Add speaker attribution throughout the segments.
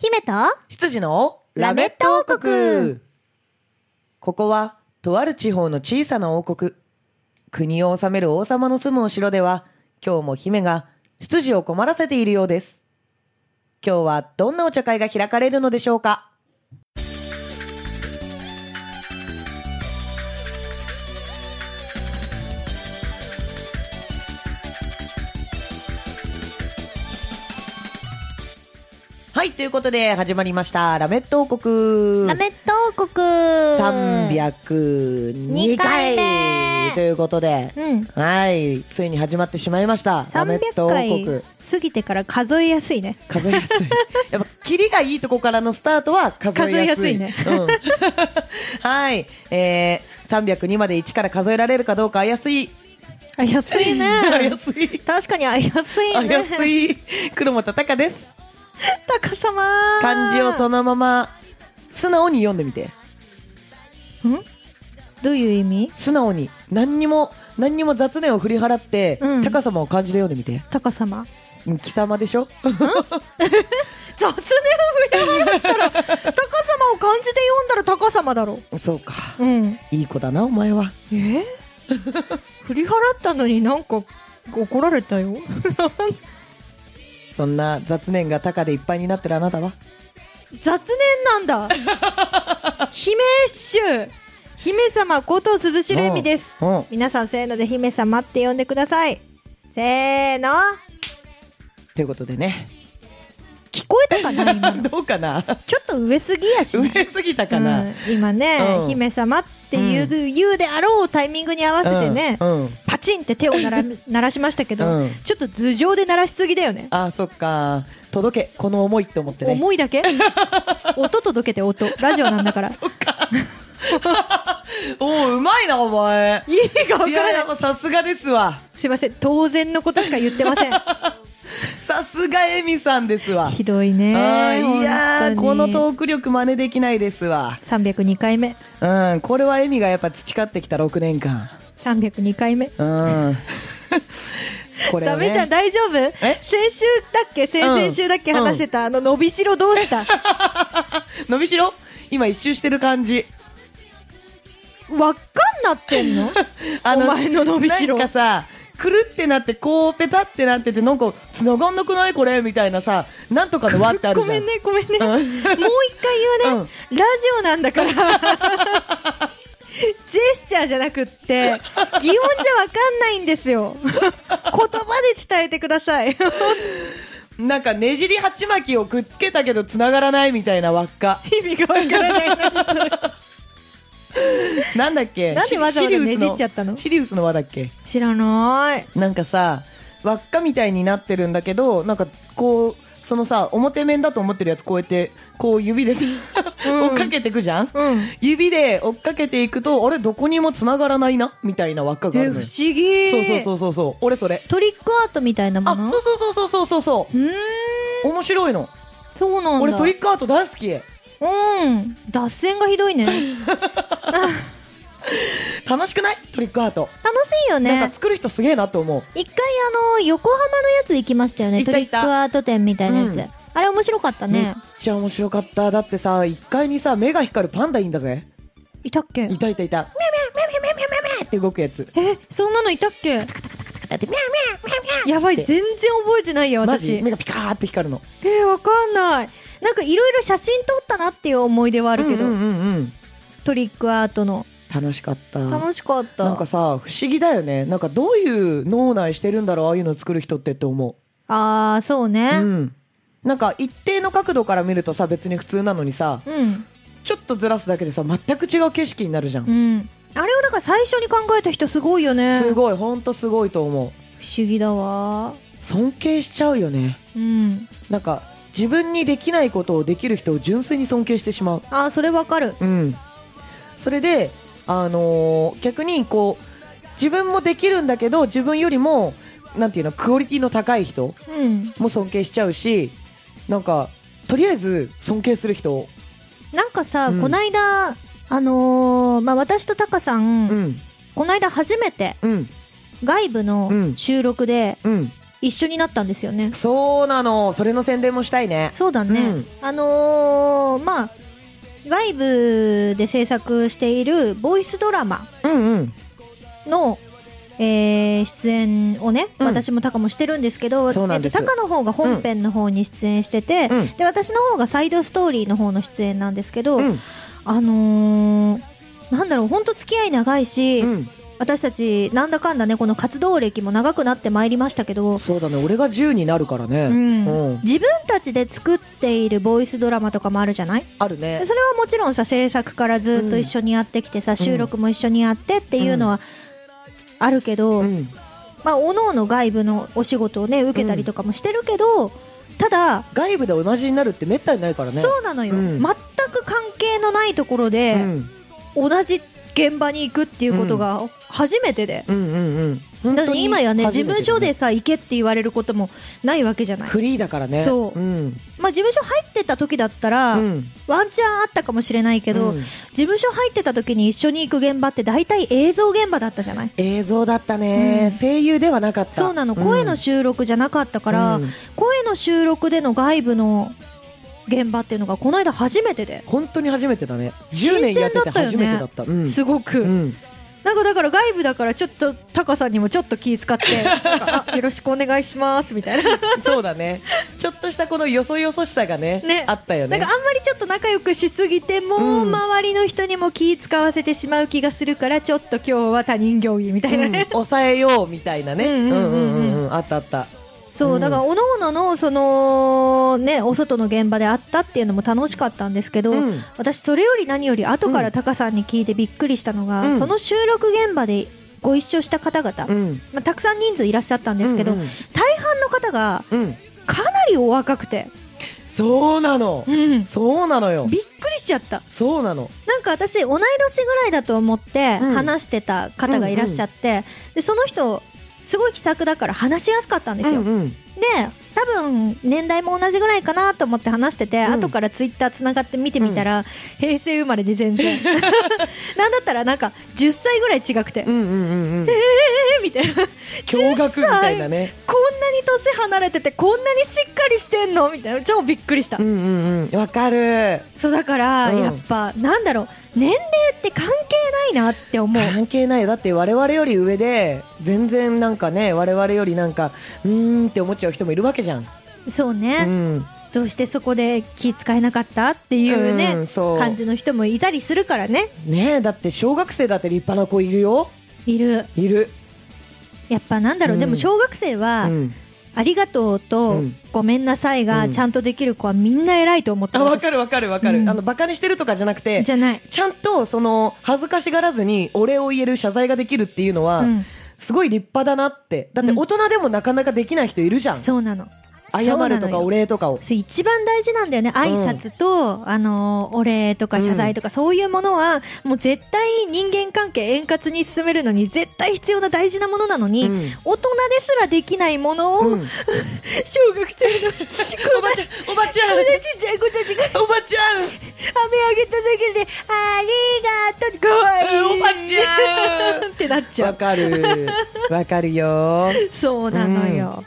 Speaker 1: 姫と
Speaker 2: 羊の
Speaker 1: ラメット王国
Speaker 2: ここはとある地方の小さな王国国を治める王様の住むお城では今日も姫が執事を困らせているようです今日はどんなお茶会が開かれるのでしょうかはいということで始まりましたラメット王国
Speaker 1: ラメット王国302
Speaker 2: 302
Speaker 1: 回
Speaker 2: 回
Speaker 1: 目
Speaker 2: ということで、
Speaker 1: うん
Speaker 2: はい、ついに始まってしまいました。ラメッ
Speaker 1: 300
Speaker 2: ト王
Speaker 1: 回
Speaker 2: 国。
Speaker 1: 過ぎてから数えやすいね
Speaker 2: 数えやすい。 やっぱ、キリがいいとこからのスタートは数えやすい。
Speaker 1: 数えや
Speaker 2: うん はい、えー、302まで1から数えられるかどうか怪しい。
Speaker 1: あ安いね
Speaker 2: 怪しい。
Speaker 1: 確かにあ安いね
Speaker 2: 怪しい。黒本隆です。
Speaker 1: 高様
Speaker 2: 漢字をそのまま、素直に読んでみて。
Speaker 1: んどういう意味
Speaker 2: 素直に。何にも、何にも雑念を振り払って、
Speaker 1: うん
Speaker 2: 高さまを漢字で読んでみて。
Speaker 1: 高様
Speaker 2: うん貴様でしょ
Speaker 1: 雑念を振り払 ったら高様を漢字で読んだら高様だろ
Speaker 2: そうか。
Speaker 1: うん
Speaker 2: いい子だな、お前は。
Speaker 1: え ー振り払ったのになんか怒られたよ
Speaker 2: そんな雑念が高でいっぱいになってるあなたは
Speaker 1: 雑念なんだ姫衆姫様こと鈴代恵美です
Speaker 2: うん。
Speaker 1: 皆さんせーので姫様って呼んでくださいせーの
Speaker 2: ということでね。
Speaker 1: 聞こえたか な今の
Speaker 2: どうかな
Speaker 1: ちょっと上すぎやし
Speaker 2: 上
Speaker 1: ね
Speaker 2: すぎたかな、
Speaker 1: うん今ね、
Speaker 2: うん
Speaker 1: 姫様っていう,、言うであろうタイミングに合わせてね、
Speaker 2: うん。うん
Speaker 1: パチンって手を鳴ら鳴らしましたけど、
Speaker 2: うん
Speaker 1: ちょっと頭上で鳴らしすぎだよね
Speaker 2: あ、そっか。届け、この思いって思ってね。
Speaker 1: 思い だけ音届けて音ラジオなんだからい
Speaker 2: おお、うまいな、お前。
Speaker 1: いか分
Speaker 2: い
Speaker 1: か
Speaker 2: や、
Speaker 1: ら
Speaker 2: やっ
Speaker 1: ない
Speaker 2: ぱさすがですわ。
Speaker 1: すいません当然のことしか言ってません
Speaker 2: さすがエミさんですわ。
Speaker 1: ひどいね
Speaker 2: あーいやー、この
Speaker 1: と
Speaker 2: トーク力真似できないですわ。
Speaker 1: 302回目
Speaker 2: うん、これはエミがやっぱ培ってきた6年間。
Speaker 1: 302回目
Speaker 2: うん。 これ
Speaker 1: ダ
Speaker 2: はね
Speaker 1: メじゃん大丈夫先
Speaker 2: え
Speaker 1: 週だっけ先々週だっけ
Speaker 2: うん
Speaker 1: 話してた、あの伸びしろどう した
Speaker 2: 伸びしろ今一周してる感じ。
Speaker 1: 輪っかになってんのお前の伸びしろ
Speaker 2: なんかさ、くるってなって、こう、ペタってなってて、なんか、繋がんなくないこれみたいなさ、なんとかの輪ってある
Speaker 1: ご
Speaker 2: じゃ
Speaker 1: め
Speaker 2: ん。
Speaker 1: んねごめんね、
Speaker 2: うん
Speaker 1: もう一回言うね、ラジオなんだから ジェスチャーじゃなくって擬音じゃわかんないんですよ言葉で伝えてくださ い
Speaker 2: なんか、ねじり鉢巻きをくっつけたけど、繋がらないみたいな輪っか。
Speaker 1: 意味がわからない
Speaker 2: なんだっけ
Speaker 1: なんでわざわざ
Speaker 2: シリウス
Speaker 1: ねじっちゃったの
Speaker 2: シリウスの輪だっけ
Speaker 1: 知らない
Speaker 2: なんかさ、輪っかみたいになってるんだけど、なんか、こう、そのさ、表面だと思ってるやつ、こうやって、こう指でさ、
Speaker 1: うん
Speaker 2: 追っかけてくじゃん
Speaker 1: うん
Speaker 2: 指で追っかけていくと、あれ、どこにも繋がらないなみたいな輪っかがあ
Speaker 1: え不思
Speaker 2: るのよ。
Speaker 1: 議
Speaker 2: そうそうそうそうそう、俺それ。
Speaker 1: トリックアートみたいなも
Speaker 2: あ、
Speaker 1: の
Speaker 2: そうそうそうそうそうそう
Speaker 1: ーん
Speaker 2: う。面白いの。
Speaker 1: そうなんだ
Speaker 2: 俺トリックアート大好き。
Speaker 1: うん脱線がひどいねあ
Speaker 2: 楽しくないトリックアート。
Speaker 1: 楽しいよね
Speaker 2: なんか作る人すげえなと思う。
Speaker 1: 一回あの横浜のやつ行きましたよね
Speaker 2: 行っ
Speaker 1: ト
Speaker 2: た
Speaker 1: リ
Speaker 2: 行
Speaker 1: ッ
Speaker 2: っ
Speaker 1: ク
Speaker 2: た
Speaker 1: アート展みたいなやつ、
Speaker 2: うん
Speaker 1: あれ面白かった
Speaker 2: めっ
Speaker 1: ね、
Speaker 2: ちゃ面白かった。だってさ、1階にさ、目が光るパンダいいんだぜ。
Speaker 1: いたっけ
Speaker 2: いたいたいた。ミャーって動くやつ。
Speaker 1: えそんなのいたっけやばい
Speaker 2: つっ
Speaker 1: 全
Speaker 2: て
Speaker 1: 然覚えてないよ
Speaker 2: マジ
Speaker 1: 私
Speaker 2: 目がピカーって光るの。
Speaker 1: えー、わかんないなんかいろいろ写真撮ったなっていう思い出はあ
Speaker 2: あ
Speaker 1: るけど、
Speaker 2: うんうんうんうん。
Speaker 1: トリックアートの
Speaker 2: 楽しかった。
Speaker 1: 楽しかった
Speaker 2: なんかさ、不思議だよね。なんかどういう脳内してるんだろう、ああいうの作る人ってって思う。
Speaker 1: ああそうね
Speaker 2: う
Speaker 1: うん、
Speaker 2: ん、なんか一定の角度から見るとさ別に普通なのにさ
Speaker 1: うん
Speaker 2: ちょっとずらすだけでさ全く違う景色になるじゃん、
Speaker 1: あれをなんか最初に考えた人すごいよね
Speaker 2: す
Speaker 1: い
Speaker 2: ごいほんとすごいと思う
Speaker 1: 不思議だわ
Speaker 2: 尊敬しちゃうよね
Speaker 1: うん
Speaker 2: なんか自分にできないことをできる人を純粋に尊敬してしまう
Speaker 1: あーそれわかる
Speaker 2: うんそれであのー逆にこう自分もできるんだけど自分よりもなんていうのクオリティの高い人
Speaker 1: うん
Speaker 2: も尊敬しちゃうしなんかとりあえず尊敬する人を
Speaker 1: なんかさ、
Speaker 2: うん
Speaker 1: こないだあのーまあ私とタカさん、
Speaker 2: うん
Speaker 1: こないだ初めて
Speaker 2: うん
Speaker 1: 外部の
Speaker 2: うん
Speaker 1: 収録で
Speaker 2: うん
Speaker 1: 一緒になったんですよね。
Speaker 2: そうなのそれの宣伝もしたいね
Speaker 1: そうだね。
Speaker 2: うん
Speaker 1: あのーまあ、外部で制作しているボイスドラマ
Speaker 2: うんうん
Speaker 1: の、えー出演をね、
Speaker 2: うん
Speaker 1: 私もタカもしてるんですけど、
Speaker 2: そうなんです
Speaker 1: えっとタカの方が本編の方に出演してて、
Speaker 2: うん
Speaker 1: で、私の方がサイドストーリーの方の出演なんですけど、
Speaker 2: うん
Speaker 1: あのーなんだろう、ほんと付き合い長いし、
Speaker 2: うん
Speaker 1: 私たち、なんだかんだね、この活動歴も長くなってまいりましたけど、
Speaker 2: そうだね俺が10になるからね
Speaker 1: うん
Speaker 2: うん
Speaker 1: 自分たちで作っているボイスドラマとかもあるじゃない
Speaker 2: あるね
Speaker 1: それはもちろんさ制作からずっと一緒にやってきてさ、収録も一緒にやってっていうのはあるけど、
Speaker 2: うん
Speaker 1: まあ各々外部のお仕事をね受けたりとかもしてるけど、ただ、
Speaker 2: 外部で同じになるってめったにないからね
Speaker 1: そうなのよ、
Speaker 2: うん
Speaker 1: 全く関係のないところで、
Speaker 2: うん
Speaker 1: 同じ現場に行くっていうことが初めてで、
Speaker 2: うんうんうん本
Speaker 1: だっ
Speaker 2: 当
Speaker 1: て
Speaker 2: に
Speaker 1: 今やね
Speaker 2: 初
Speaker 1: 事
Speaker 2: めてだ
Speaker 1: 務所でさ行けって言われることもないわけじゃない、
Speaker 2: フリーだからね
Speaker 1: そう
Speaker 2: うん
Speaker 1: まあ、事務所入ってた時だったら、
Speaker 2: うん
Speaker 1: ワンチャンあったかもしれないけど、
Speaker 2: うん
Speaker 1: 事務所入ってた時に一緒に行く現場って大体映像現場だったじゃない
Speaker 2: 映像だったね
Speaker 1: うん
Speaker 2: 声優ではなかった
Speaker 1: そうなの声の
Speaker 2: し
Speaker 1: 収録じゃなかったから、声の収録での外部の現場っていうのがこの間初めてで、
Speaker 2: 本当に初めてだね
Speaker 1: 新
Speaker 2: 10
Speaker 1: 鮮
Speaker 2: 年やって
Speaker 1: だ
Speaker 2: て
Speaker 1: ったよね
Speaker 2: 初めてだったうん
Speaker 1: すごく、
Speaker 2: うん
Speaker 1: なんかだから外部だからちょっとタカさんにもちょっと気使って なんかあよろしくお願いしますみたいな
Speaker 2: そうだねちょっとしたこのよそよそしさがね
Speaker 1: ね
Speaker 2: あったよ
Speaker 1: な
Speaker 2: ね
Speaker 1: んかあんまりちょっと仲良くしすぎても、
Speaker 2: うん
Speaker 1: 周りの人にも気使わせてしまう気がするからちょっと今日は他人行儀みたいな
Speaker 2: うん
Speaker 1: ね、
Speaker 2: 抑えようみたいなね
Speaker 1: うんうんうんうん
Speaker 2: うんあったあった
Speaker 1: そう、
Speaker 2: うん
Speaker 1: だからおのののそのねお外の現場であったっていうのも楽しかったんですけど、
Speaker 2: うん
Speaker 1: 私それより何より後か
Speaker 2: う
Speaker 1: ら
Speaker 2: ん
Speaker 1: タカさんに聞いてびっくりしたのが、
Speaker 2: うん
Speaker 1: その収録現場でご一緒した方々、
Speaker 2: うん
Speaker 1: まあ、たくさん人数いらっしゃったんですけど、
Speaker 2: うんうん
Speaker 1: 大半の方が
Speaker 2: うん
Speaker 1: かなりお若くて、
Speaker 2: そうなの
Speaker 1: うん
Speaker 2: そうなのよ
Speaker 1: びっくりしちゃった
Speaker 2: そうなの
Speaker 1: なんか私同い年ぐらいだと思って
Speaker 2: うん
Speaker 1: 話してた方がいらっしゃって、でその人すごい気さくだから話しやすかったんですよ、
Speaker 2: うんうん
Speaker 1: で多分年代も同じぐらいかなと思って話してて、
Speaker 2: うん
Speaker 1: 後からツイッターつながって見てみたら、平成生まれで全 然なんだったらなんか10歳ぐらい違くて、
Speaker 2: うんうんうんうん
Speaker 1: えーみたいな
Speaker 2: 驚愕みたいなね
Speaker 1: こんなに年離れててこんなにしっかりしてんのみたいな超びっくりした、
Speaker 2: うんうんうんわかる
Speaker 1: そうだから、
Speaker 2: うん
Speaker 1: やっぱなんだろう年齢って関係ないなって思う
Speaker 2: 関係ないよだって我々より上で全然なんかね我々よりなんかうーんって思っちゃう人もいるわけじゃん、
Speaker 1: そう
Speaker 2: う
Speaker 1: ね、
Speaker 2: ん、
Speaker 1: どうしてそこで気使えなかったっていうね、
Speaker 2: うんそう
Speaker 1: 感じの人もいたりするからね
Speaker 2: ねえだって小学生だって立派な子いるよ
Speaker 1: いる
Speaker 2: いる、
Speaker 1: やっぱなんだろう、
Speaker 2: うん
Speaker 1: でも小学生
Speaker 2: う
Speaker 1: は、
Speaker 2: ん、
Speaker 1: ありがとうと、
Speaker 2: うん
Speaker 1: ごめんなさいが
Speaker 2: うん
Speaker 1: ちゃんとできる子はみんな偉いと思って
Speaker 2: あ
Speaker 1: ま
Speaker 2: わ
Speaker 1: す
Speaker 2: かるわかるわかる、
Speaker 1: うん
Speaker 2: あのバカにしてるとかじゃなくて
Speaker 1: じゃない、
Speaker 2: ちゃんとその恥ずかしがらずにお礼を言える謝罪ができるっていうのは、
Speaker 1: うん、
Speaker 2: すごい立派だなってだって大人でもなかなかできない人いるじゃん、
Speaker 1: そうなの
Speaker 2: 謝るとかお
Speaker 1: 俺
Speaker 2: 礼とかを
Speaker 1: 一番大事なんだよね挨拶と、あのお礼とか謝罪とか、そういうものはもう絶対人間関係円滑に進めるのに絶対必要な大事なものなのに、
Speaker 2: うん
Speaker 1: 大人ですらできないものを、
Speaker 2: うん
Speaker 1: 小学生 の
Speaker 2: おばちゃんおばちゃ
Speaker 1: こん
Speaker 2: ん
Speaker 1: なちっちゃい子たちが
Speaker 2: おばちゃん
Speaker 1: 雨あげただけでありがとうかわいい
Speaker 2: おばちゃん
Speaker 1: んってなっちゃ
Speaker 2: わ
Speaker 1: う
Speaker 2: かる わかるよ
Speaker 1: そうなのよ、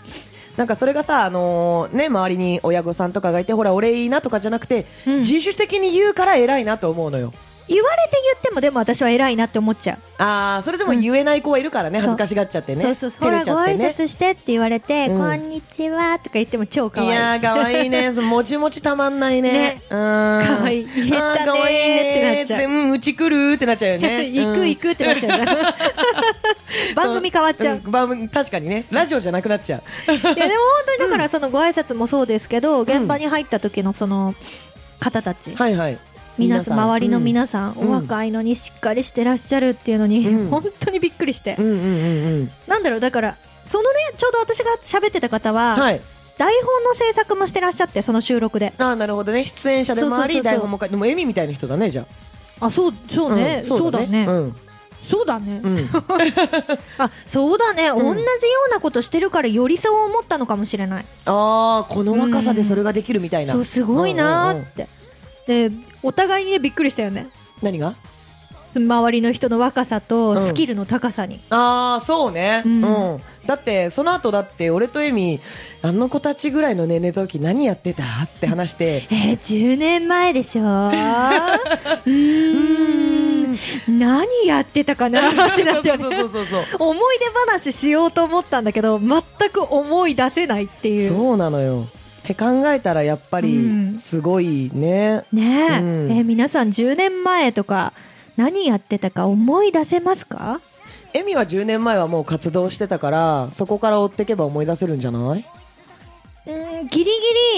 Speaker 2: なんかそれがさ、あのーね、周りに親御さんとかがいてほら俺いいなとかじゃなくて、
Speaker 1: うん
Speaker 2: 自主的に言うから偉いなと思うのよ
Speaker 1: 言われて言ってもでも私は偉いなって思っちゃ
Speaker 2: あーそれでも言えない子はいるからね、
Speaker 1: うん
Speaker 2: 恥ずかしがっちゃって
Speaker 1: う、
Speaker 2: ね
Speaker 1: そうそうそう、
Speaker 2: 照
Speaker 1: ほ
Speaker 2: れ
Speaker 1: ら
Speaker 2: ち
Speaker 1: ご
Speaker 2: ゃって
Speaker 1: 挨
Speaker 2: ね
Speaker 1: 拶してって言われて、
Speaker 2: うん
Speaker 1: こんにちはとか言っても超可
Speaker 2: いや
Speaker 1: 愛い
Speaker 2: ーかわい いねもちもちたまんないね
Speaker 1: ね
Speaker 2: うーん
Speaker 1: 可愛い言えたねー
Speaker 2: あ可愛いねー
Speaker 1: ってなっちゃう
Speaker 2: でうんうち来るってなっちゃうよ ね
Speaker 1: 行く行くってなっちゃうじゃん 番組変わっ ちゃう、
Speaker 2: ん番組確かにねラジオじゃなくなっちゃう
Speaker 1: いやでも本当にだからそのご挨拶もそうですけど、現場に入った時のその方たち、
Speaker 2: はいはい
Speaker 1: 皆さん周りの
Speaker 2: な
Speaker 1: 皆さん、
Speaker 2: うん
Speaker 1: お若いのにしっかりしてらっしゃるっていうのに、
Speaker 2: うん
Speaker 1: 本当にびっくりして、
Speaker 2: うんうんうんうん
Speaker 1: なんだろうだからそのねちょうど私が喋ってた方は、
Speaker 2: はい
Speaker 1: 台本の制作もしてらっしゃってその収録で
Speaker 2: あーなるほどね出演者でもあり
Speaker 1: そうそうそうそう
Speaker 2: 台本も書いてでもエミみたいな人だねじゃあ
Speaker 1: あそうそうね、
Speaker 2: ん
Speaker 1: そうだね、
Speaker 2: うん
Speaker 1: そうだね、
Speaker 2: うん
Speaker 1: あそうだね、
Speaker 2: ん
Speaker 1: 同じようなことしてるからよりそう思ったのかもしれない
Speaker 2: ああこの若さでそれができるみたいな、
Speaker 1: そうすごいな
Speaker 2: うん
Speaker 1: ー
Speaker 2: うんうん
Speaker 1: って、でお互いにねびっくりしたよね
Speaker 2: 何が
Speaker 1: その周りの人の若さ
Speaker 2: う
Speaker 1: と
Speaker 2: ん
Speaker 1: スキルの高さに、
Speaker 2: ああそうね、
Speaker 1: う
Speaker 2: うんんだってその後だって俺とエミあの子たちぐらいの年齢の時何やってたって話して
Speaker 1: えー、10年前でしょう ーん何やってたかなってなってよね
Speaker 2: そうそうそうそう
Speaker 1: 思い出話しようと思ったんだけど全く思い出せないっていう
Speaker 2: そうなのよって考えたらやっぱ
Speaker 1: うん
Speaker 2: りすごいね、
Speaker 1: ねえ,、
Speaker 2: うん
Speaker 1: えー皆さん10年前とか何やってたか思い出せますか
Speaker 2: エミは10年前はもう活動してたからそこから追っていけば思い出せるんじゃない、
Speaker 1: うんギリギ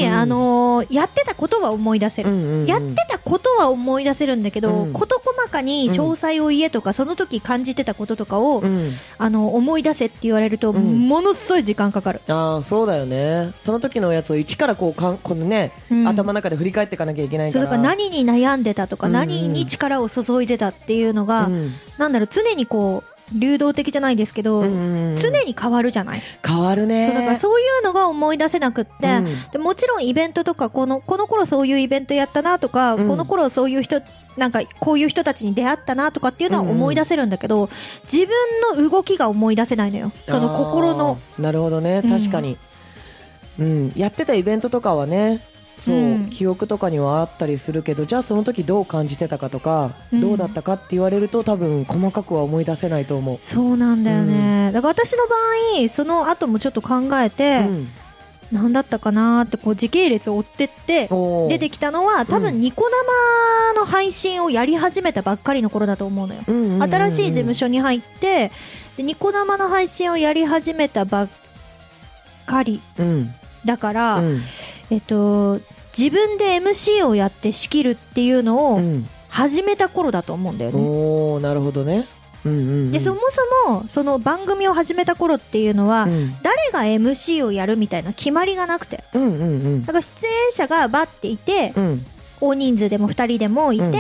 Speaker 1: リ、
Speaker 2: うん
Speaker 1: あのーやってたことは思い出せ
Speaker 2: う
Speaker 1: る、
Speaker 2: んうんうん
Speaker 1: やってたことは思い出せるんだけど、
Speaker 2: うん
Speaker 1: 事細かに詳細を言えとか、その時感じてたこととかを、
Speaker 2: うん
Speaker 1: あの思い出せって言われると、
Speaker 2: うん
Speaker 1: ものすごい時間かかる、
Speaker 2: ああそうだよねその時のやつを一からこうかんこのね、
Speaker 1: うん
Speaker 2: 頭の中で振り返っていかなきゃいけない
Speaker 1: そ
Speaker 2: か
Speaker 1: う
Speaker 2: ら
Speaker 1: だから何に悩んでたとか、
Speaker 2: うんうん
Speaker 1: 何に力を注いでたっていうのが、
Speaker 2: うん
Speaker 1: なんだろう常にこう流動的じゃないですけど、
Speaker 2: うんうんうん
Speaker 1: 常に変わるじゃない、
Speaker 2: 変わるね
Speaker 1: そうだからそういうのが思い出せなくって、
Speaker 2: うん
Speaker 1: でもちろんイベントとかこのこの頃そういうイベントやったなとか、
Speaker 2: うん
Speaker 1: この頃そういう人なんかこういう人たちに出会ったなとかっていうのは思い出せるんだけど、自分の動きが思い出せないのよその心の
Speaker 2: あーなるほどね
Speaker 1: うん
Speaker 2: 確かに、うんやってたイベントとかはねそう、
Speaker 1: うん
Speaker 2: 記憶とかにはあったりするけどじゃあその時どう感じてたかとか、
Speaker 1: うん
Speaker 2: どうだったかって言われると多分細かくは思い出せないと思う、
Speaker 1: そうなんだよね、だから私の場合その後もちょっと考えて、
Speaker 2: うん
Speaker 1: 何だったかなーってこう時系列を追ってって
Speaker 2: おー
Speaker 1: 出てきたのは多
Speaker 2: うん
Speaker 1: 分ニコ生の配信をやり始めたばっかりの頃だと思うのよ
Speaker 2: うんうんうんうん
Speaker 1: 新しい事務所に入ってでニコ生の配信をやり始めたばっかり
Speaker 2: うん
Speaker 1: だから、
Speaker 2: うん
Speaker 1: えっと、自分で MC をやって仕切るっていうの
Speaker 2: う
Speaker 1: を
Speaker 2: ん
Speaker 1: 始めた頃だと思うんだよね。
Speaker 2: おーなるほどねうんうんうん
Speaker 1: でそもそもその番組を始めた頃っていうのは、
Speaker 2: うん
Speaker 1: 誰が MC をやるみたいな決まりがなくて
Speaker 2: うんうんうん
Speaker 1: だから出演者がバッていて
Speaker 2: うん
Speaker 1: 大人数でも2人でもいて、
Speaker 2: うん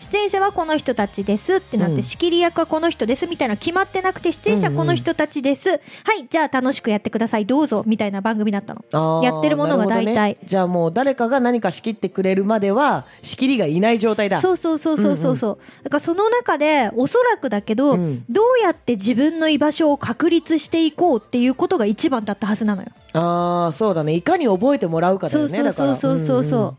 Speaker 1: 出演者はこの人たちですってなって、
Speaker 2: うん
Speaker 1: 仕切り役はこの人ですみたいな決まってなくて出演者はこの人たちです、はいじゃあ楽しくやってくださいどうぞみたいな番組だったの
Speaker 2: あー
Speaker 1: やってるものが大体
Speaker 2: なるほどねじゃあもう誰かが何か仕切ってくれるまでは仕切りがいない状態だ
Speaker 1: そうそうそうそうそうそう、だからその中でおそらくだけど、
Speaker 2: うん
Speaker 1: どうやって自分の居場所を確立していこうっていうことが一番だったはずなのよ。
Speaker 2: ああそうだねいかに覚えてもらうかだ
Speaker 1: そ
Speaker 2: よ
Speaker 1: う
Speaker 2: ね
Speaker 1: そう
Speaker 2: だか
Speaker 1: そう
Speaker 2: ら
Speaker 1: そうそうそう。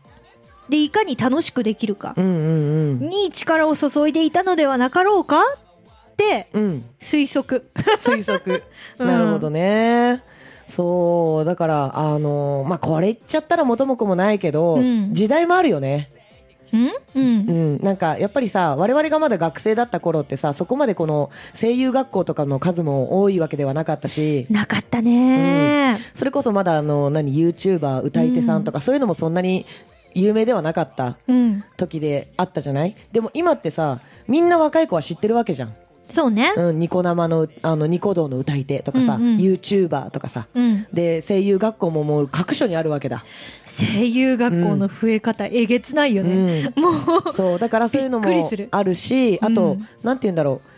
Speaker 1: でいかに楽しくできるか
Speaker 2: うんうんうん
Speaker 1: に力を注いでいたのではなかろうかって
Speaker 2: うんうん
Speaker 1: 推測。
Speaker 2: 推測なるほどねそうだからあのーまあこれ言っちゃったら元も子もないけど、
Speaker 1: うん
Speaker 2: 時代もあるよね
Speaker 1: うんうん
Speaker 2: うん、なんかやっぱりさ我々がまだ学生だった頃ってさそこまでこの声優学校とかの数も多いわけではなかったし
Speaker 1: なかったね、
Speaker 2: それこそまだあの何 YouTuber 歌い手さんとか、そういうのもそんなに有名ではなかった
Speaker 1: うん。
Speaker 2: 時であったじゃないでも今ってさみんな若い子は知ってるわけじゃん、
Speaker 1: そうね。
Speaker 2: うん、ニコ生のあのニコ動の歌い手とかさ、
Speaker 1: うんうん
Speaker 2: YouTuber とかさ
Speaker 1: うん。
Speaker 2: で声優学校ももう各所にあるわけだ、
Speaker 1: 声優学校の増え方、えげつないよ
Speaker 2: う
Speaker 1: ね。
Speaker 2: ん、
Speaker 1: もう。
Speaker 2: そうだからそういうの
Speaker 1: びっくり
Speaker 2: も
Speaker 1: する
Speaker 2: あるしあと、
Speaker 1: うん
Speaker 2: なんて言うんだろう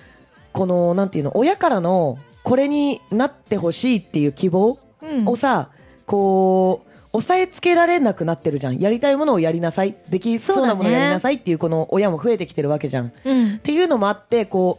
Speaker 2: このなんていうの親からのこれになってほしいっていう希望
Speaker 1: うん
Speaker 2: をさ、こう抑えつけられなくなってるじゃんやりたいものをやりなさいできそうなものをやりなさいっていうこの親も増えてきてるわけじゃん。っ
Speaker 1: うん
Speaker 2: ていうのもあってこ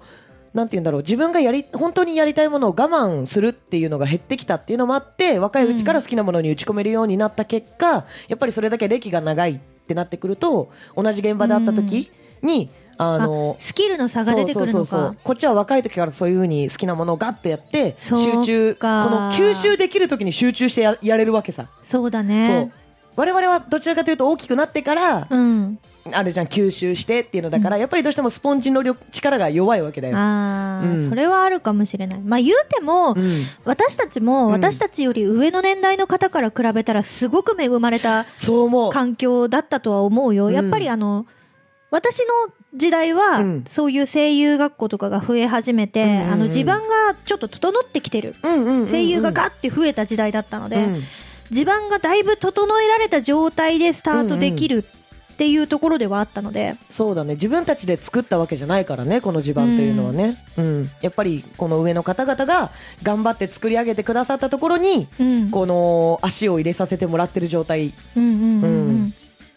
Speaker 2: うなんて言うんだろう自分がやり本当にやりたいものを我慢するっていうのが減ってきたっていうのもあって若いうちから好きなものに打ち込めるようになった結果、やっぱりそれだけ歴が長いってなってくると同じ現場で会った時に、あの
Speaker 1: スキルの差が出てくるの
Speaker 2: そうそうそうそ
Speaker 1: か
Speaker 2: う。こっちは若い時からそういうふうに好きなものをガッとやって
Speaker 1: そ
Speaker 2: 集
Speaker 1: うか
Speaker 2: 中この吸収できる時に集中してややれるわけさ、
Speaker 1: そうだ
Speaker 2: そう
Speaker 1: ね。
Speaker 2: 我々はどちらかというと大きくなってから、
Speaker 1: うん。
Speaker 2: あれじゃん吸収してっていうのだから、
Speaker 1: う
Speaker 2: やっぱりどうしてもスポンジの力力が弱いわけだよ、
Speaker 1: ああ、
Speaker 2: うん
Speaker 1: それはあるかもしれない。まあ言うても、
Speaker 2: うん
Speaker 1: 私たちも、
Speaker 2: うん
Speaker 1: 私たちより上の年代の方から比べたらすごく恵まれた
Speaker 2: そう思う
Speaker 1: 環境だったとは思う
Speaker 2: う
Speaker 1: よ。
Speaker 2: ん
Speaker 1: やっぱりあの、私の時代は、
Speaker 2: うん
Speaker 1: そういう声優学校とかが増え始めて、
Speaker 2: うんうんうん
Speaker 1: あの地盤がちょっと整ってきてる。
Speaker 2: うんうんうんうん
Speaker 1: 声優がガッて増えた時代だったので、
Speaker 2: うん
Speaker 1: 地盤がだいぶ整えられた状態でスタートできるっていうところではあったので、
Speaker 2: そうだね自分たちで作ったわけじゃないからねこの地盤というのはね、うんやっぱりこの上の方々が頑張って作り上げてくださったところに
Speaker 1: うん、
Speaker 2: この足を入れさせてもらってる状態
Speaker 1: うんうんうんうん
Speaker 2: う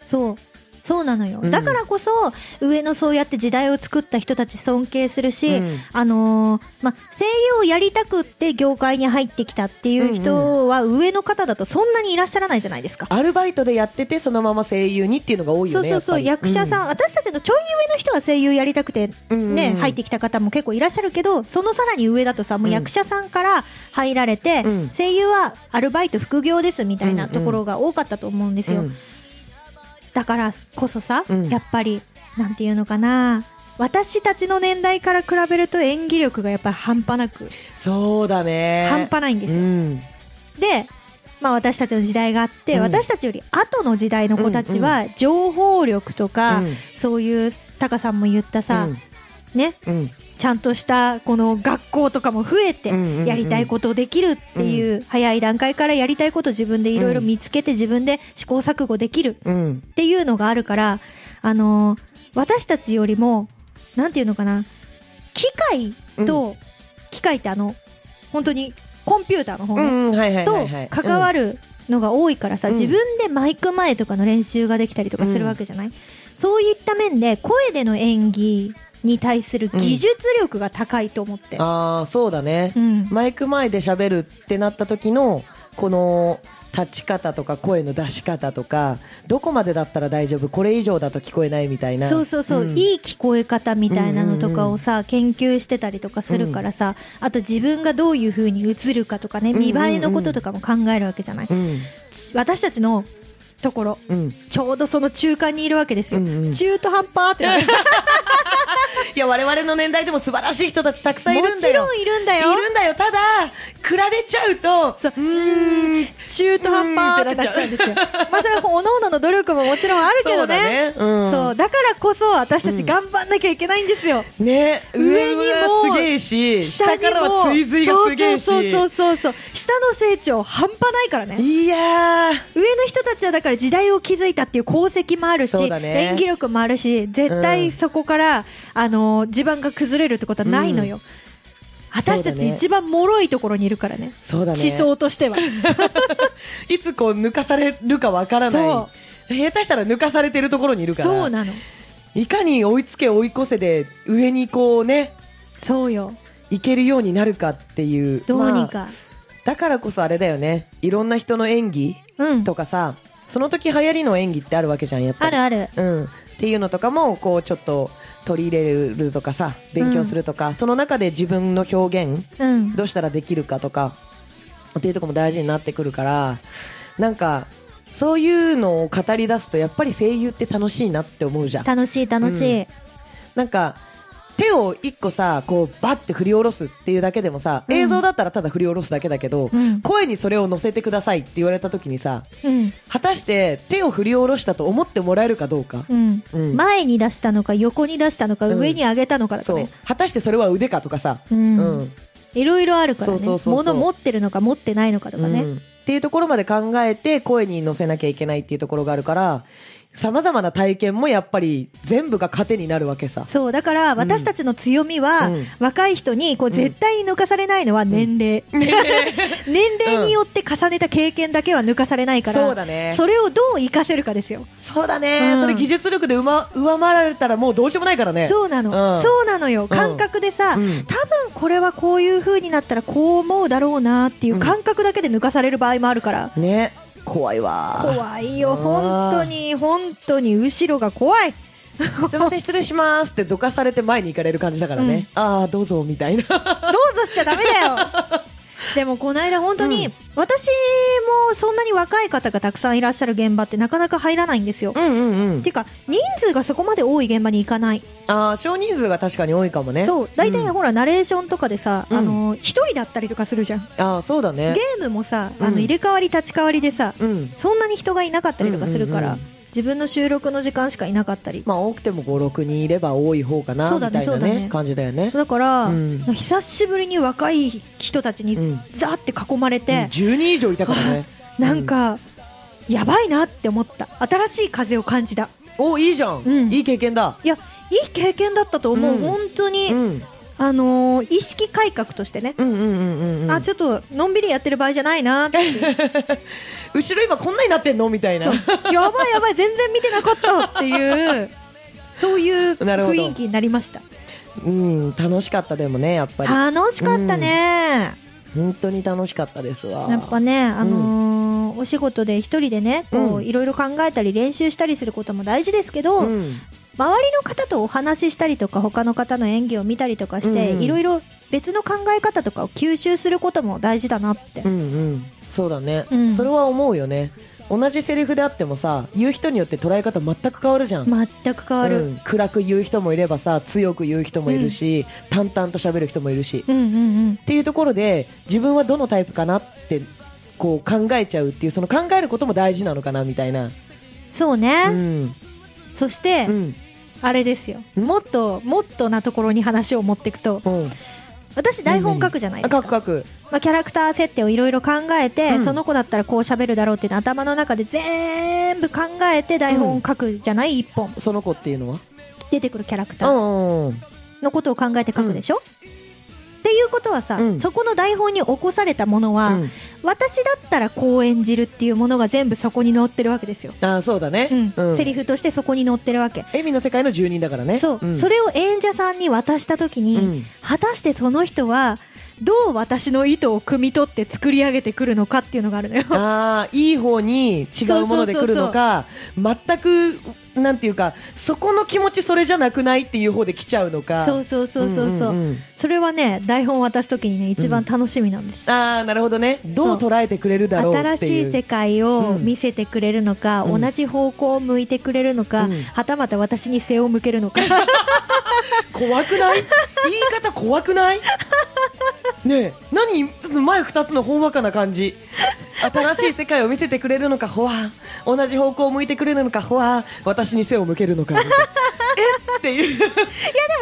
Speaker 1: そうそうなのよ、
Speaker 2: うん
Speaker 1: だからこそ上のそうやって時代を作った人たち尊敬するし、
Speaker 2: うん
Speaker 1: あのーまあ、声優をやりたくって業界に入ってきたっていう人は上の方だとそんなにいらっしゃらないじゃないですか。
Speaker 2: アルバイトでやっててそのまま声優にっていうのが多い
Speaker 1: そ
Speaker 2: よ
Speaker 1: う
Speaker 2: ね
Speaker 1: そうそう
Speaker 2: やっぱ
Speaker 1: 役
Speaker 2: り
Speaker 1: 者さん、私たちのちょい上の人は声優やりたくて、ね
Speaker 2: うんうんうん
Speaker 1: 入ってきた方も結構いらっしゃるけどそのさらに上だとさもう役者さんから入られて、
Speaker 2: うん
Speaker 1: 声優はアルバイト副業ですみたいなところが多かったと思うんですよ、
Speaker 2: うん
Speaker 1: だからこそさ、
Speaker 2: うん
Speaker 1: やっぱりなんていうのかな私たちの年代から比べると演技力がやっぱり半端なく、
Speaker 2: そうだね
Speaker 1: 半端ないんですよ、
Speaker 2: うん
Speaker 1: で、まあ、私たちの時代があって、
Speaker 2: うん
Speaker 1: 私たちより後の時代の子たちは情報力とか、
Speaker 2: うん
Speaker 1: そういうタカさんも言ったさ、ね
Speaker 2: うんうん
Speaker 1: ちゃんとしたこの学校とかも増えて
Speaker 2: うんうんうん
Speaker 1: やりたいことできるっていう、早い段階からやりたいこと自分でいろいろ見つけて自分で試行錯誤できる
Speaker 2: うん
Speaker 1: っていうのがあるから、あのー私たちよりもなんていうのかな機械と、機械ってあの本当にコンピューターの方
Speaker 2: う
Speaker 1: ね、
Speaker 2: んうんはいはいはい
Speaker 1: と
Speaker 2: はい
Speaker 1: 関わるのが多いからさ、
Speaker 2: うん
Speaker 1: 自分でマイク前とかの練習ができたりとかするわけじゃない、そういった面で声での演技に対する技術力が高いと思って。
Speaker 2: ああそうだね
Speaker 1: うん
Speaker 2: マイク前で喋るってなった時のこの立ち方とか声の出し方とかどこまでだったら大丈夫これ以上だと聞こえないみたいな
Speaker 1: そうそうそう、
Speaker 2: ん
Speaker 1: いい聞こえ方みたいなのとかをさ、研究してたりとかするからさ、あと自分がどういう風に映るかとかね、
Speaker 2: うんうんうん
Speaker 1: 見栄えのこととかも考えるわけじゃない、
Speaker 2: うん
Speaker 1: ち私たちのところ
Speaker 2: うん
Speaker 1: ちょうどその中間にいるわけですよ、
Speaker 2: うんうん
Speaker 1: 中途半端ってなる
Speaker 2: いや我々の年代でも素晴らしい人たちたくさんいる
Speaker 1: も
Speaker 2: ん
Speaker 1: ち
Speaker 2: だ よ
Speaker 1: ろんいるんだよ
Speaker 2: いるんだよただ比べちゃうと
Speaker 1: そう
Speaker 2: うーん
Speaker 1: 中途半端ってなっちゃうんですよ。まあそれはおのおのの努力ももちろんあるけ
Speaker 2: そ
Speaker 1: ど
Speaker 2: うだ
Speaker 1: ね。
Speaker 2: ねうん
Speaker 1: そうだからこそ私たち頑張んなきゃいけないんですよ。
Speaker 2: ね
Speaker 1: 上
Speaker 2: 上
Speaker 1: に
Speaker 2: に
Speaker 1: も
Speaker 2: もすげえし下
Speaker 1: にも
Speaker 2: からは追随がすげえし
Speaker 1: そうそうそうそうそう下の成長半端ないからね。
Speaker 2: いやー
Speaker 1: 上の人たちはだから時代を築いたっていう功績もあるし、
Speaker 2: そうだね
Speaker 1: 演技力もあるし、絶対そこから、あの地盤が崩れるってことはないのよ。私た
Speaker 2: そうだ
Speaker 1: ち
Speaker 2: ね
Speaker 1: 一番脆いところにいるからね。
Speaker 2: そうだね
Speaker 1: 地層としては。
Speaker 2: いつこう抜かされるかわからない
Speaker 1: そ
Speaker 2: 下手したら抜かされてるところにいるから
Speaker 1: そうなの。
Speaker 2: いかに追いつけ追い越せで上にこうね
Speaker 1: そうよ。
Speaker 2: いけるようになるかっていう
Speaker 1: どうに
Speaker 2: まあ
Speaker 1: か。
Speaker 2: だからこそあれだよねいろんな人の演技
Speaker 1: うん。
Speaker 2: とかさその時流行りの演技ってあるわけじゃんやっぱ
Speaker 1: あ
Speaker 2: り
Speaker 1: るある。
Speaker 2: うん、っていうのとかもこうちょっと取り入れるとかさ勉強するとか、その中で自分の表現
Speaker 1: うん。
Speaker 2: どうしたらできるかとかっていうとこも大事になってくるからなんかそういうのを語り出すとやっぱり声優って楽しいなって思うじゃん
Speaker 1: 楽しい楽しい、
Speaker 2: なんか手を一個さこうバッて振り下ろすっていうだけでもさ
Speaker 1: うん
Speaker 2: 映像だったらただ振り下ろすだけだけど、
Speaker 1: うん
Speaker 2: 声にそれを乗せてくださいって言われた時にさ
Speaker 1: うん
Speaker 2: 果たして手を振り下ろしたと思ってもらえるかどうか、
Speaker 1: うん
Speaker 2: うん
Speaker 1: 前に出したのか横に出したのか
Speaker 2: うん
Speaker 1: 上に上げたのかだか
Speaker 2: そう
Speaker 1: ね、
Speaker 2: 果たしてそれは腕かとかさ、
Speaker 1: うん
Speaker 2: うん
Speaker 1: いろいろあるからね
Speaker 2: そうそうそうそう
Speaker 1: 物持ってるのか持ってないのかとかね、
Speaker 2: うんっていうところまで考えて声に乗せなきゃいけないっていうところがあるからさまざまな体験もやっぱり全部が糧になるわけさ。
Speaker 1: そうだから私たちの強みは、
Speaker 2: うん
Speaker 1: 若い人にこう
Speaker 2: うん
Speaker 1: 絶対に抜かされないのは 年齢、年齢によって重ねた経験だけは抜かされないから、
Speaker 2: そうだね
Speaker 1: それをどう活かせるかですよ、
Speaker 2: そうだね、
Speaker 1: うん
Speaker 2: それ技術力でうま上回られたらもうどうしようもないからね。
Speaker 1: そうなの、
Speaker 2: うん
Speaker 1: そうなのよ感覚でさ、
Speaker 2: うん
Speaker 1: 多分これはこういう風になったらこう思うだろうなっていう感覚だけで抜かされる場合もあるから、
Speaker 2: ね怖いわ
Speaker 1: 怖いよ
Speaker 2: あー
Speaker 1: 本当に本当に後ろが怖い
Speaker 2: ー。すいません失礼しますってどかされて前に行かれる感じだからね、ああどうぞみたいな
Speaker 1: どうぞしちゃダメだ よでもこの間本当に、
Speaker 2: うん
Speaker 1: 私もそんなに若い方がたくさんいらっしゃる現場ってなかなか入らないんですよ、
Speaker 2: んうんう
Speaker 1: ていうか人数がそこまで多い現場に行かない
Speaker 2: ああ少人数が確かに多いかもね
Speaker 1: そう大体
Speaker 2: うん
Speaker 1: ほら、ナレーションとかでさ
Speaker 2: うん
Speaker 1: あの一人だったりとかするじゃん
Speaker 2: ああそうだ
Speaker 1: ゲ
Speaker 2: ね
Speaker 1: ームもさあの
Speaker 2: うん
Speaker 1: 入れ替わり立ち替わりでさ
Speaker 2: うん
Speaker 1: そんなに人がいなかったりとかするから、
Speaker 2: うんうんうん
Speaker 1: 自分の収録の時間しかいなかったり
Speaker 2: まあ多くても56人いれば多い方かな
Speaker 1: そう
Speaker 2: み
Speaker 1: だ
Speaker 2: たい
Speaker 1: ね
Speaker 2: な
Speaker 1: そうだ
Speaker 2: ね
Speaker 1: ね
Speaker 2: 感じだよね。
Speaker 1: だから、
Speaker 2: うん
Speaker 1: 久しぶりに若い人たち
Speaker 2: う
Speaker 1: に
Speaker 2: ん
Speaker 1: ザーって囲まれて、
Speaker 2: 10人以上いたからね。
Speaker 1: なんか、やばいなって思った新しい風を感じた
Speaker 2: おいいじゃん、
Speaker 1: うん
Speaker 2: いい経験だ。
Speaker 1: いやいい経験だったと思う、
Speaker 2: うん
Speaker 1: 本当に、
Speaker 2: うん
Speaker 1: あのー意識改革としてね、
Speaker 2: うんうんうんうんうん
Speaker 1: あちょっとのんびりやってる場合じゃないなって
Speaker 2: 後ろ今こんなになってんのみたいな
Speaker 1: そうやばいやばい全然見てなかったっていうそういう
Speaker 2: なるほど
Speaker 1: 雰囲気になりました
Speaker 2: うん楽しかったでもねやっぱり
Speaker 1: 楽しかったね、
Speaker 2: 本当に楽しかったですわ
Speaker 1: やっぱね、あのーお仕事で一人でねこ
Speaker 2: う
Speaker 1: うんいろいろ考えたり練習したりすることも大事ですけど、
Speaker 2: うん
Speaker 1: 周りの方とお話ししたりとか他の方の演技を見たりとかして、
Speaker 2: うんうん
Speaker 1: いろいろ別の考え方とかを吸収することも大事だなって、
Speaker 2: うんうんそうだね、
Speaker 1: うん
Speaker 2: それは思うよね同じセリフであってもさ言う人によって捉え方全く変わるじゃん、
Speaker 1: 全く変わ
Speaker 2: う
Speaker 1: る、
Speaker 2: ん暗く言う人もいればさ強く言う人もいるし、淡々と喋る人もいるし
Speaker 1: うん、うんうん
Speaker 2: っていうところで自分はどのタイプかなってこう考えちゃうっていうその考えることも大事なのかなみたいな、
Speaker 1: そう
Speaker 2: う
Speaker 1: ね、
Speaker 2: ん
Speaker 1: そして、
Speaker 2: うん
Speaker 1: あれですよ
Speaker 2: ん
Speaker 1: もっともっとなところに話を持っていくと
Speaker 2: うん、
Speaker 1: 私台本書くじゃないですか
Speaker 2: あかくかく
Speaker 1: まあ、キャラクター設定をいろいろ考えて、
Speaker 2: うん
Speaker 1: その子だったらこう喋るだろうっていうの頭の中で全部考えて台本を書くじゃない、一本
Speaker 2: その子っていうのは
Speaker 1: 出てくるキャラクター
Speaker 2: うんうん
Speaker 1: のことを考えて書くでしょ、っていうことはさ、
Speaker 2: うん
Speaker 1: そこの台本に起こされたものは、
Speaker 2: うん
Speaker 1: 私だったらこう演じるっていうものが全部そこに載ってるわけですよ、
Speaker 2: あそうだね、
Speaker 1: うんセリ
Speaker 2: フ
Speaker 1: フとしてそこに載ってるわけ
Speaker 2: エミの世界の住人だからね
Speaker 1: そう、
Speaker 2: ん
Speaker 1: それを演者さんに渡した時に、
Speaker 2: うん
Speaker 1: 果たしてその人はどう私の意図を汲み取って作り上げてくるのかっていうのがあるのよ
Speaker 2: あーいい方に違うもので来るのか全くなんていうかそこの気持ちそれじゃなくないっていう方で来ちゃうのか
Speaker 1: そうそうそうそうそう,、
Speaker 2: んんん
Speaker 1: それはね台本を渡す時にね一番楽しみなんです、
Speaker 2: ああなるほどねどう捉えてくれるだろう
Speaker 1: 新
Speaker 2: って
Speaker 1: し
Speaker 2: いう
Speaker 1: い世界を見せてくれるのか、
Speaker 2: うん
Speaker 1: 同じ方向を向いてくれるのか、
Speaker 2: うん
Speaker 1: はたまた私に背を向けるの か、
Speaker 2: 怖くない言い方怖くないねえ何ちょっと前2つのほんわかな感じ新しい世界を見せてくれるのかほわ同じ方向を向いてくれるのかほわ私に背を向け るのかえっていう、
Speaker 1: いやでも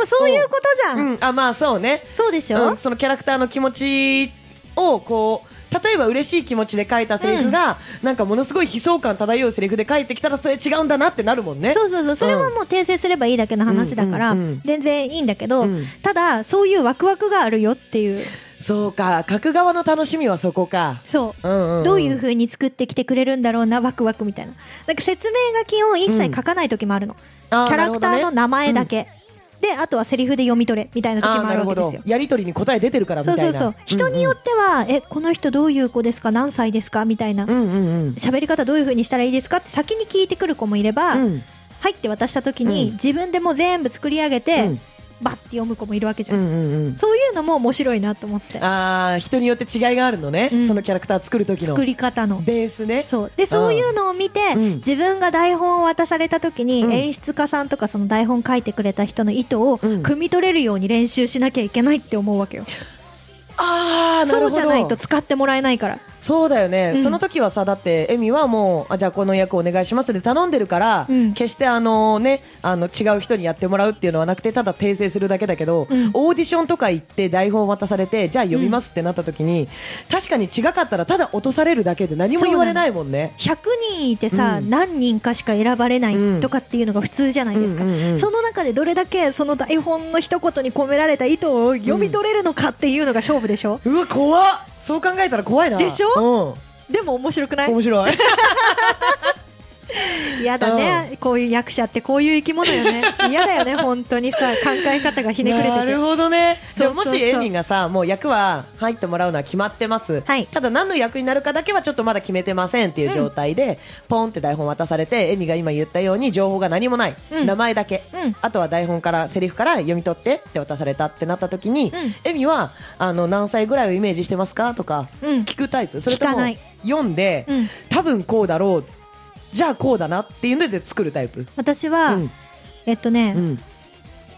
Speaker 1: そういうことじゃん、
Speaker 2: うん、あまあそうね
Speaker 1: そうでしょ、
Speaker 2: うん、そのキャラクターの気持ちをこう例えば嬉しい気持ちで書いたセリフが、なんかものすごい悲壮感漂うセリフで書いてきたらそれ違うんだなってなるもんね。
Speaker 1: そうそうそうそれはもう訂正すればいいだけの話だから、
Speaker 2: うんうんうん
Speaker 1: 全然いいんだけど、
Speaker 2: うん
Speaker 1: ただそういうワクワクがあるよっていう
Speaker 2: そうか書く側の楽しみはそこか、
Speaker 1: そう
Speaker 2: うんうんん
Speaker 1: どういう風に作ってきてくれるんだろうなワクワクみたいななんか説明書きを一切書かない時もあるの、
Speaker 2: あ
Speaker 1: キャラクターの
Speaker 2: な
Speaker 1: 名前だけ、であとはセリフで読み取れみたいな
Speaker 2: るほど
Speaker 1: 時
Speaker 2: ねあー
Speaker 1: もあ
Speaker 2: な
Speaker 1: るわ
Speaker 2: るほ
Speaker 1: けで
Speaker 2: ど
Speaker 1: すよ。
Speaker 2: やり取りに答え出てるからみ
Speaker 1: そ
Speaker 2: た
Speaker 1: う
Speaker 2: いな
Speaker 1: そうそう人によっては、えこの人どういう子ですか何歳ですかみたいな
Speaker 2: うんうんうん
Speaker 1: 喋、り方どういう風にしたらいいですかって先に聞いてくる子もいれば、
Speaker 2: うん
Speaker 1: 入って渡した時に、
Speaker 2: うん
Speaker 1: 自分でもう全部作り上げて、
Speaker 2: うん
Speaker 1: バッて読む子もいるわけじゃ、
Speaker 2: うんんうんうん
Speaker 1: そういうのも面白いなと思って
Speaker 2: あー人によって違いがあるのね、
Speaker 1: うん
Speaker 2: そのキャラクター作る時の
Speaker 1: 作り方の
Speaker 2: ベースね
Speaker 1: そうでそういうのを見て、
Speaker 2: うん
Speaker 1: 自分が台本を渡された時に、
Speaker 2: うん
Speaker 1: 演出家さんとかその台本書いてくれた人の意図を
Speaker 2: うん
Speaker 1: 汲み取れるように練習しなきゃいけないって思うわけよ、
Speaker 2: ああなる
Speaker 1: そ
Speaker 2: ほ
Speaker 1: う
Speaker 2: ど
Speaker 1: じゃないと使ってもらえないから
Speaker 2: そうだよね、
Speaker 1: うん
Speaker 2: その時はさだってエミはもうあじゃあこの役お願いしますで頼んでるから、
Speaker 1: うん
Speaker 2: 決してあのねあの違う人にやってもらうっていうのはなくてただ訂正するだけだけど、
Speaker 1: うん
Speaker 2: オーディションとか行って台本を渡されてじゃあ読みますってなった時に、確かに違かったらただ落とされるだけで何も言われないもんね。
Speaker 1: 100人いてさ、
Speaker 2: うん
Speaker 1: 何人かしか選ばれな
Speaker 2: う
Speaker 1: い
Speaker 2: ん
Speaker 1: とかっていうのが普通じゃないですか、
Speaker 2: うんうんうん
Speaker 1: その中でどれだけその台本の一言に込められた意図を読み取れるのかっていうのが勝負でしょ、
Speaker 2: うわ怖っそう考えたら怖いな
Speaker 1: でし
Speaker 2: ょ、
Speaker 1: でも面白くな
Speaker 2: うん、
Speaker 1: い
Speaker 2: 面白い
Speaker 1: 嫌だね、こういう役者ってこういう生き物よね嫌だよね本当にさ考え方がひねくれて
Speaker 2: な
Speaker 1: て
Speaker 2: るほどねじゃあ
Speaker 1: そう
Speaker 2: も
Speaker 1: そうそう
Speaker 2: しエミがさもう役は入ってもらうのは決まってます、
Speaker 1: はい
Speaker 2: ただ何の役になるかだけはちょっとまだ決めてませんっていう状態で、ポンって台本渡されてエミが今言ったように情報が何もない、
Speaker 1: うん
Speaker 2: 名前だけ、
Speaker 1: うん
Speaker 2: あとは台本からセリフから読み取ってって渡されたってなった時に、
Speaker 1: う
Speaker 2: エミはあの何歳ぐらいをイメージしてますかとか
Speaker 1: うん
Speaker 2: 聞くタイプそれと
Speaker 1: 聞
Speaker 2: も
Speaker 1: かない
Speaker 2: 読んで、
Speaker 1: うん
Speaker 2: 多分こうだろうじゃあこうだなっていうので作るタイプ
Speaker 1: 私は、
Speaker 2: うん
Speaker 1: えっとね、
Speaker 2: うん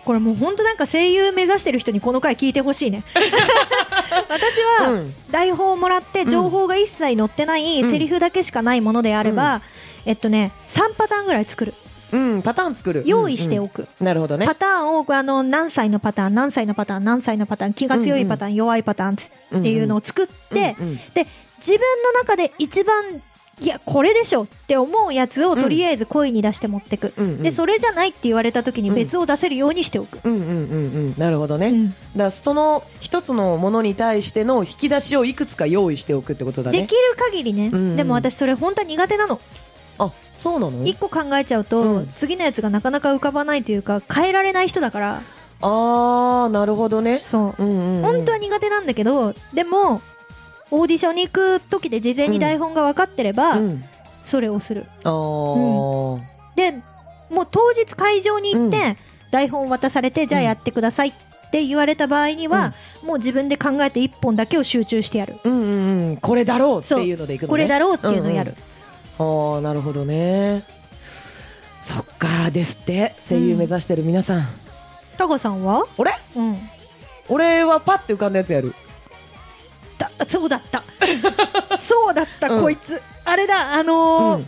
Speaker 1: これもう本当なんか声優目指してる人にこの回聞いてほしい ね私
Speaker 2: う
Speaker 1: は
Speaker 2: ん
Speaker 1: 台本をもらって情報が一切載ってない、
Speaker 2: うん
Speaker 1: セリフだけしかないものであれば、えっとね3パターンぐらい作る
Speaker 2: うん、パターン作る
Speaker 1: 用意してお
Speaker 2: く、
Speaker 1: く、
Speaker 2: うんなるほどね
Speaker 1: パターンをあの何歳のパターン何歳のパターン何歳のパターン気が強いパターン、弱いパターンつっていうのを作って、
Speaker 2: うんうん
Speaker 1: で自分の中で一番いやこれでしょって思うやつをとりあえず声に出して持ってく、
Speaker 2: うんうん
Speaker 1: でそれじゃないって言われた時に別を出せるようにしておく、
Speaker 2: うんうんうんうんなるほどね、
Speaker 1: う
Speaker 2: だ
Speaker 1: ん
Speaker 2: からその一つのものに対しての引き出しをいくつか用意しておくってことだ
Speaker 1: で
Speaker 2: ね
Speaker 1: きる限りね、
Speaker 2: うんうん
Speaker 1: でも私それ本当は苦手なの
Speaker 2: あそうなの
Speaker 1: 一個考えちゃうと、
Speaker 2: うん
Speaker 1: 次のやつがなかなか浮かばないというか変えられない人だから
Speaker 2: ああなるほどね
Speaker 1: そう
Speaker 2: うんうん、うん、
Speaker 1: 本当は苦手なんだけどでもオーディションに行く時で事前に台本が分かってれば、
Speaker 2: うん、
Speaker 1: それをする
Speaker 2: あー、
Speaker 1: でもう当日会場に行って、
Speaker 2: う
Speaker 1: 台本を渡されてじゃあやってくださいって言われた場合には、もう自分で考えて1本だけを集中してやる、
Speaker 2: うんうんうんこれだろうっていうのでいくのね
Speaker 1: これだろうっていうのをやる、
Speaker 2: ああなるほどねそっかですって声優目指してる皆さん、
Speaker 1: タカさんは
Speaker 2: 俺
Speaker 1: うん
Speaker 2: 俺はパッて浮かんだやつやる
Speaker 1: だそうだった そうだった、
Speaker 2: うん
Speaker 1: こいつあれだあのー
Speaker 2: うん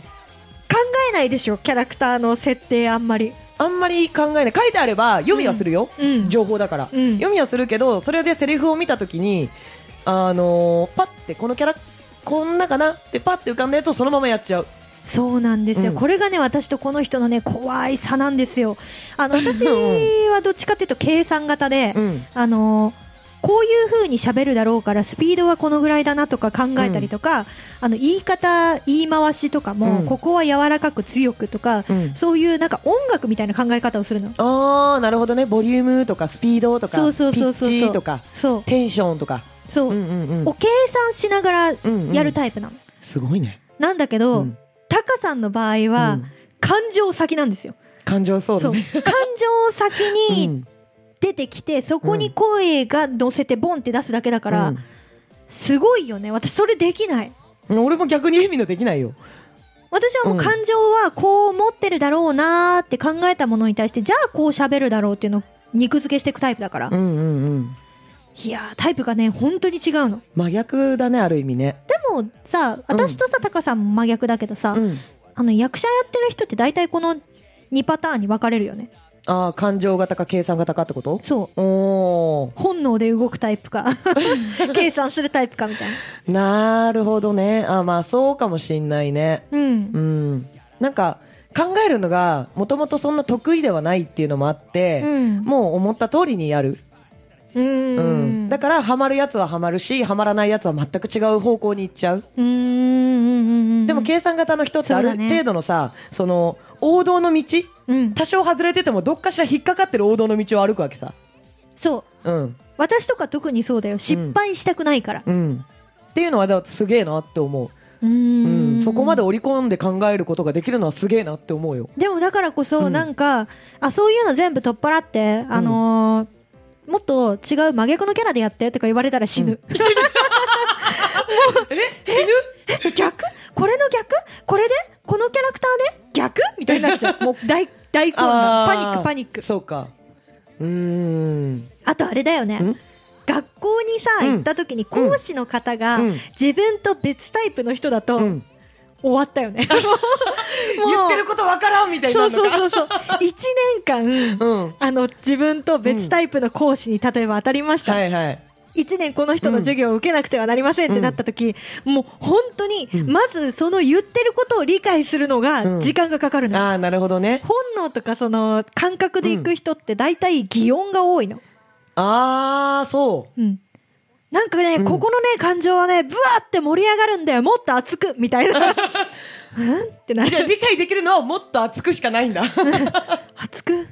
Speaker 1: 考えないでしょキャラクターの設定あんまり
Speaker 2: あんまり考えない書いてあれば読みはするよ、
Speaker 1: うん
Speaker 2: 情報だから、
Speaker 1: うん
Speaker 2: 読みはするけどそれでセリフを見た時にあのーパッてこのキャラこんなかなってパッて浮かんだやつをそのままやっちゃう
Speaker 1: そうなんですよ、
Speaker 2: うん
Speaker 1: これがね私とこの人のね怖い差なんですよあの私はどっちかっていうと計算型で、
Speaker 2: うん
Speaker 1: あのーこういう風に喋るだろうからスピードはこのぐらいだなとか考えたりとか、あの言い方言い回しとかも、
Speaker 2: うん
Speaker 1: ここは柔らかく強くとか
Speaker 2: うん
Speaker 1: そういうなんか音楽みたいな考え方をするの
Speaker 2: ああなるほどねボリュームとかスピードとか
Speaker 1: そうそうそうそうそう
Speaker 2: ピッチとか
Speaker 1: そう
Speaker 2: テンションとか
Speaker 1: そう、
Speaker 2: うんうんうん
Speaker 1: を計算しながら
Speaker 2: うんうん
Speaker 1: やるタイプなの、
Speaker 2: すごいね
Speaker 1: なんだけど、
Speaker 2: うん
Speaker 1: タカさんの場合は、
Speaker 2: うん
Speaker 1: 感情先なんですよ
Speaker 2: 感情そうだ
Speaker 1: そう
Speaker 2: ね
Speaker 1: 感情先
Speaker 2: う
Speaker 1: に
Speaker 2: ん
Speaker 1: 出てきて、そこに声が乗せてボンって出すだけだから、すごいよね私それできない
Speaker 2: うん俺も逆に意味のできないよ
Speaker 1: 私はもう感情はこう思ってるだろうなーって考えたものに対してじゃあこう喋るだろうっていうのを肉付けしていくタイプだから、
Speaker 2: うんうんうん
Speaker 1: いやータイプがね本当に違うの
Speaker 2: 真逆だねある意味ね
Speaker 1: でもさ私とさタカさんも真逆だけどさ、
Speaker 2: うん
Speaker 1: あの役者やってる人って大体この2パターンに分かれるよね
Speaker 2: ああ感情型か計算型かってこと
Speaker 1: そう
Speaker 2: お
Speaker 1: 本能で動くタイプ か計算するタイプかみたいな
Speaker 2: ーなるほどねあーまあそうかもしんないね
Speaker 1: うん
Speaker 2: うんなんか考えるのがもともとそんな得意ではないっていうのもあって、
Speaker 1: も
Speaker 2: もう思った通りにやる、
Speaker 1: う
Speaker 2: うん
Speaker 1: ん、
Speaker 2: だからハマるやつはハマるしハマらないやつは全く違う方向に行っちゃう
Speaker 1: ら、うんうんうんうん、
Speaker 2: でも計算型の人ってある
Speaker 1: そうだね
Speaker 2: 程度のさそ,、の王道の道
Speaker 1: うん、
Speaker 2: 多少外れててもどっかしら引っかかってる王道の道を歩くわけさ
Speaker 1: そう、
Speaker 2: うん
Speaker 1: 私とか特にそうだよ、失敗したくないから。
Speaker 2: うんっていうのはだからすげえなって思
Speaker 1: う
Speaker 2: う、うん
Speaker 1: ん
Speaker 2: そこまで織り込んで考えることができるのはすげえなって思うよ
Speaker 1: でもだからこ
Speaker 2: う
Speaker 1: そ、
Speaker 2: ん
Speaker 1: なんか、あ、そういうの全部取っ払って、あのーもっと違う真逆のキャラでやってとか言われたら死 ぬ。
Speaker 2: え死ぬ
Speaker 1: 逆これの逆これでこのキャラクターで逆みたいになっちゃう。もう大、大混乱。
Speaker 2: あー
Speaker 1: パニック、パニック。
Speaker 2: そうかうーん
Speaker 1: あとあれだよね
Speaker 2: ん。
Speaker 1: 学校にさ、
Speaker 2: うん
Speaker 1: 行った時に講師の方が、
Speaker 2: うん
Speaker 1: 自分と別タイプの人だと、
Speaker 2: うん
Speaker 1: 終わったよ ね。もう
Speaker 2: 言ってることわからんみたいに
Speaker 1: そ
Speaker 2: な
Speaker 1: う
Speaker 2: るの
Speaker 1: そう
Speaker 2: か
Speaker 1: そうそう。一年間、
Speaker 2: うん
Speaker 1: あの、自分と別タイプの講師に例えば当たりました。
Speaker 2: はいはい
Speaker 1: 一年この人の授業を受けなくてはなりませんってなった時、もう本当に
Speaker 2: う、ん
Speaker 1: まずその言ってることを理解するの
Speaker 2: う
Speaker 1: が
Speaker 2: ん
Speaker 1: 時間がかかるの。
Speaker 2: ああなるほどね
Speaker 1: 本能とかその感覚で行く人って大体擬音が多いの。
Speaker 2: ああそ
Speaker 1: うん。なんかね、
Speaker 2: うん
Speaker 1: ここのね、感情はね、ブワーって盛り上がるんだよ。もっと熱くみたいな。うん ってな
Speaker 2: うじゃあ
Speaker 1: る。
Speaker 2: 理解できるのはもっと厚くしかないんだ
Speaker 1: 熱く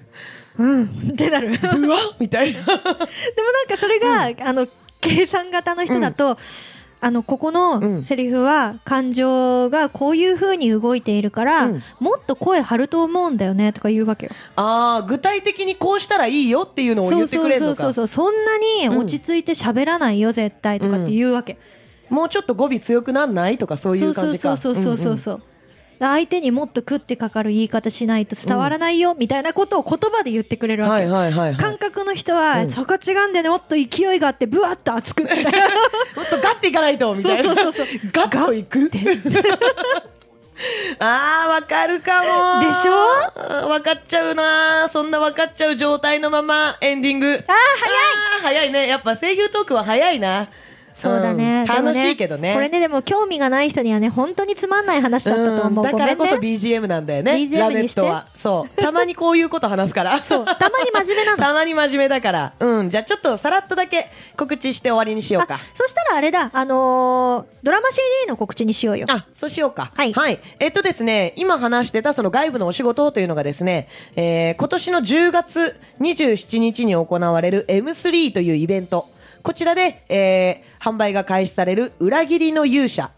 Speaker 1: うん。ってな る。
Speaker 2: うわみたいな
Speaker 1: でもなんかそれが、あの計算型の人だと、あのここ
Speaker 2: う
Speaker 1: の
Speaker 2: ん
Speaker 1: セリフは感情がこういう風に動いているから、
Speaker 2: うん
Speaker 1: もっと声張ると思うんだよねとか言うわけよ。
Speaker 2: ああ具体的にこうしたらいいよっていうのを
Speaker 1: そ
Speaker 2: 言
Speaker 1: う
Speaker 2: って
Speaker 1: そ
Speaker 2: く
Speaker 1: う
Speaker 2: れる
Speaker 1: そ
Speaker 2: の
Speaker 1: うそ
Speaker 2: か
Speaker 1: うそうそんなに落ち着いて喋らないよ絶対とかって言うわけ。
Speaker 2: もうちょっと語尾強くなんないとかそうい
Speaker 1: そううそ
Speaker 2: 感
Speaker 1: う
Speaker 2: じ
Speaker 1: そ
Speaker 2: か
Speaker 1: うそうそうそうそう。相手にもっと食ってかかる言い方しないと伝わらないよみたいなことを言葉で言ってくれ
Speaker 2: う
Speaker 1: る
Speaker 2: んうん
Speaker 1: わ
Speaker 2: は
Speaker 1: け。
Speaker 2: いはいはいはい
Speaker 1: 感覚の人は、
Speaker 2: うん
Speaker 1: そこ違うんだよねもっと勢いがあってぶわっと熱くみたいな
Speaker 2: もっとガッていかないとみたいな
Speaker 1: そうそうそう
Speaker 2: ガッといく あーわかるかも
Speaker 1: でし
Speaker 2: ょわかっちゃうなーそんなわかっちゃう状態のままエンディングああー早い早いねやっぱ声優トークは早いな
Speaker 1: そうだね
Speaker 2: ん
Speaker 1: でも
Speaker 2: 楽
Speaker 1: ね
Speaker 2: しいけどね。
Speaker 1: これね、でも興味がない人にはね、本当につまんない話だったと思う。
Speaker 2: んだからこそ
Speaker 1: ごめんね
Speaker 2: BGM なんだよね。
Speaker 1: BGM
Speaker 2: ラメットは。そう。たまにこういうこと話すから。
Speaker 1: そう。たまに真面目なの。
Speaker 2: たまに真面目だから。うん。じゃあちょっとさらっとだけ告知して終わりにしようか
Speaker 1: あ。そしたらあれだ、あのードラマ CD の告知にしようよ。
Speaker 2: あ、そうしようか。
Speaker 1: はい
Speaker 2: えっとですね、今話してたその外部のお仕事というのがですね、えー今年の10月27日に行われる M3 というイベント。こちらで、えー販売が開始される裏切りの勇者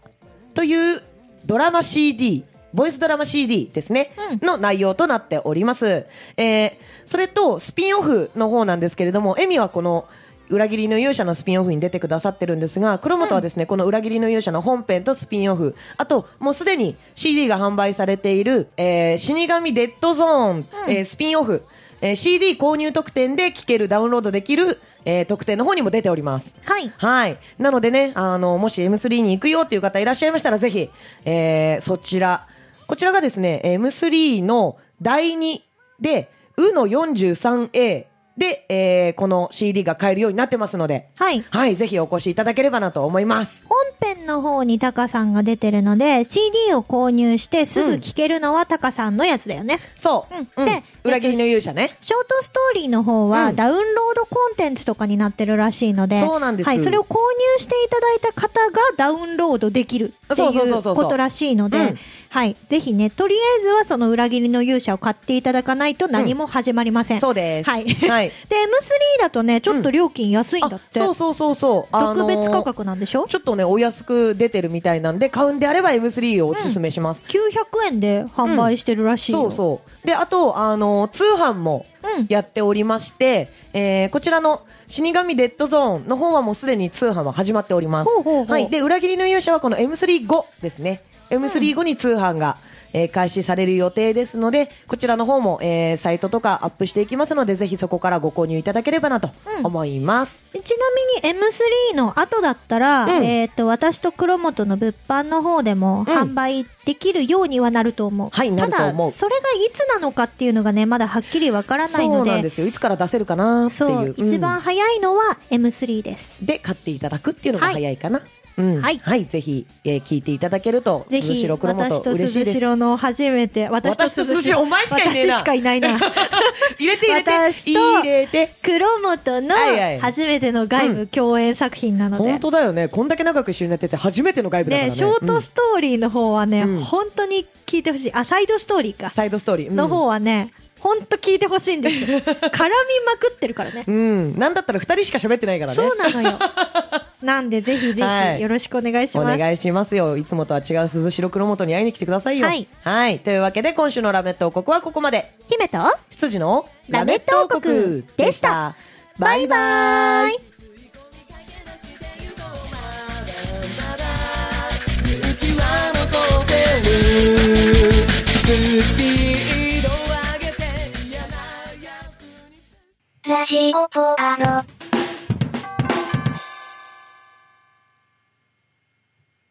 Speaker 2: というドラマ CD、ボイスドラマ CD ですね、
Speaker 1: うん
Speaker 2: の内容となっております。えーそれとスピンオフの方なんですけれども、エミはこの裏切りの勇者のスピンオフに出てくださってるんですが、黒本はですね、この裏切りの勇者の本編とスピンオフ、あともうすでに CD が販売されている、えー死神デッドゾーン、えースピンオフ、えー CD 購入特典で聴ける、ダウンロードできる、えー特典の方にも出ております。
Speaker 1: はい。
Speaker 2: はい。なのでね、あの、もし M3 に行くよっていう方いらっしゃいましたら、ぜひ、えー、そちら。こちらがですね、M3 の第2で、うの 43A で、えー、この CD が買えるようになってますので、
Speaker 1: はい。
Speaker 2: はい、ぜひお越しいただければなと思います。
Speaker 1: 本編の方にタカさんが出てるので、CD を購入してすぐ聴けるのはタカさんのやつだよね。
Speaker 2: そう。
Speaker 1: うんで
Speaker 2: 裏切りの勇者ね。
Speaker 1: ショートストーリーの方は、
Speaker 2: うん
Speaker 1: ダウンロードコンテンツとかになってるらしいので、
Speaker 2: そうなんです
Speaker 1: はい、それを購入していただいた方がダウンロードできるって
Speaker 2: そう
Speaker 1: い
Speaker 2: そうそう
Speaker 1: う
Speaker 2: そう
Speaker 1: ことらしいので、
Speaker 2: うん
Speaker 1: はい、ぜひね、とりあえずはその裏切りの勇者を買っていただかないと何も始まりません。
Speaker 2: そうです。
Speaker 1: はい。
Speaker 2: はい。
Speaker 1: で、M3 だとね、ちょっと料金安いんだ
Speaker 2: あ
Speaker 1: って。
Speaker 2: そうそうそうそう。あのー
Speaker 1: 特別価格なんでしょ
Speaker 2: ちょっとね、お安く出てるみたいなんで、買うんであれば M3 をおすすめします。
Speaker 1: ?900 円で販売してるらしいよ。
Speaker 2: そうそう。で、あと、あの、通販も
Speaker 1: うん。
Speaker 2: やっておりまして、えーこちらの死神デッドゾーンの方はもうすでに通販は始まっております。
Speaker 1: ほうほうほう。
Speaker 2: はい。で、裏切りの勇者はこの M35 ですね。M35 に通販が、えー開始される予定ですので、こちらの方も、えーサイトとかアップしていきますので、ぜひそこからご購入いただければなと
Speaker 1: うん
Speaker 2: 思います。
Speaker 1: ちなみに M3 の後だったら、
Speaker 2: うん
Speaker 1: えっ、と、私と黒本の物販の方でも
Speaker 2: うん
Speaker 1: 販売できるようにはなると思う。
Speaker 2: はいな
Speaker 1: た
Speaker 2: ると思う
Speaker 1: だ、それがいつなのかっていうのがね、まだはっきりわからない
Speaker 2: そ
Speaker 1: の
Speaker 2: うなんで
Speaker 1: で、
Speaker 2: すよ。いつから出せるかなってい
Speaker 1: そう
Speaker 2: う。うん
Speaker 1: 一番早いのは M3 です。
Speaker 2: で買っていただくっていうのが
Speaker 1: はい
Speaker 2: 早いかな。うん
Speaker 1: はい
Speaker 2: ぜひ、えー聞いていただけると、
Speaker 1: ぜ
Speaker 2: 鈴
Speaker 1: ひ、
Speaker 2: 代黒
Speaker 1: 私
Speaker 2: 本
Speaker 1: と
Speaker 2: 嬉しい
Speaker 1: 鈴
Speaker 2: です。
Speaker 1: 代の初めて、私と
Speaker 2: 私と
Speaker 1: 鈴
Speaker 2: 鈴代
Speaker 1: 代、
Speaker 2: お前しかいねえな
Speaker 1: 私しかいない な。
Speaker 2: 入れて
Speaker 1: 私と
Speaker 2: 入れて。
Speaker 1: 黒本の
Speaker 2: はいはい
Speaker 1: 初めての外部共演作品なので
Speaker 2: 本。当だよね。こんだけ長く一緒になってて初めての外部だから
Speaker 1: で、
Speaker 2: ね。
Speaker 1: ショートストーリーの方はね、
Speaker 2: うん
Speaker 1: 本当に聞いてほしい。あ、サイドストーリー
Speaker 2: うん
Speaker 1: か。
Speaker 2: サイドストーリー、うん
Speaker 1: の方はね、ほんと聞いてほしいんです よ絡みまくってるからね。
Speaker 2: うん。なんだったら二人しか喋ってないからね。
Speaker 1: そうなの よ。なんで、ぜひぜ
Speaker 2: はい
Speaker 1: ひ、よろしくお願いし
Speaker 2: お
Speaker 1: ます。
Speaker 2: 願いしますよ。いつもとは違う鈴代黒本に会いに来てくださいよ。
Speaker 1: はい。
Speaker 2: というわけで今週のラメット王国はここまで。
Speaker 1: 姫と、
Speaker 2: 羊の
Speaker 1: ラメット王国でした。
Speaker 2: バイバイ。
Speaker 3: ラジオポアド。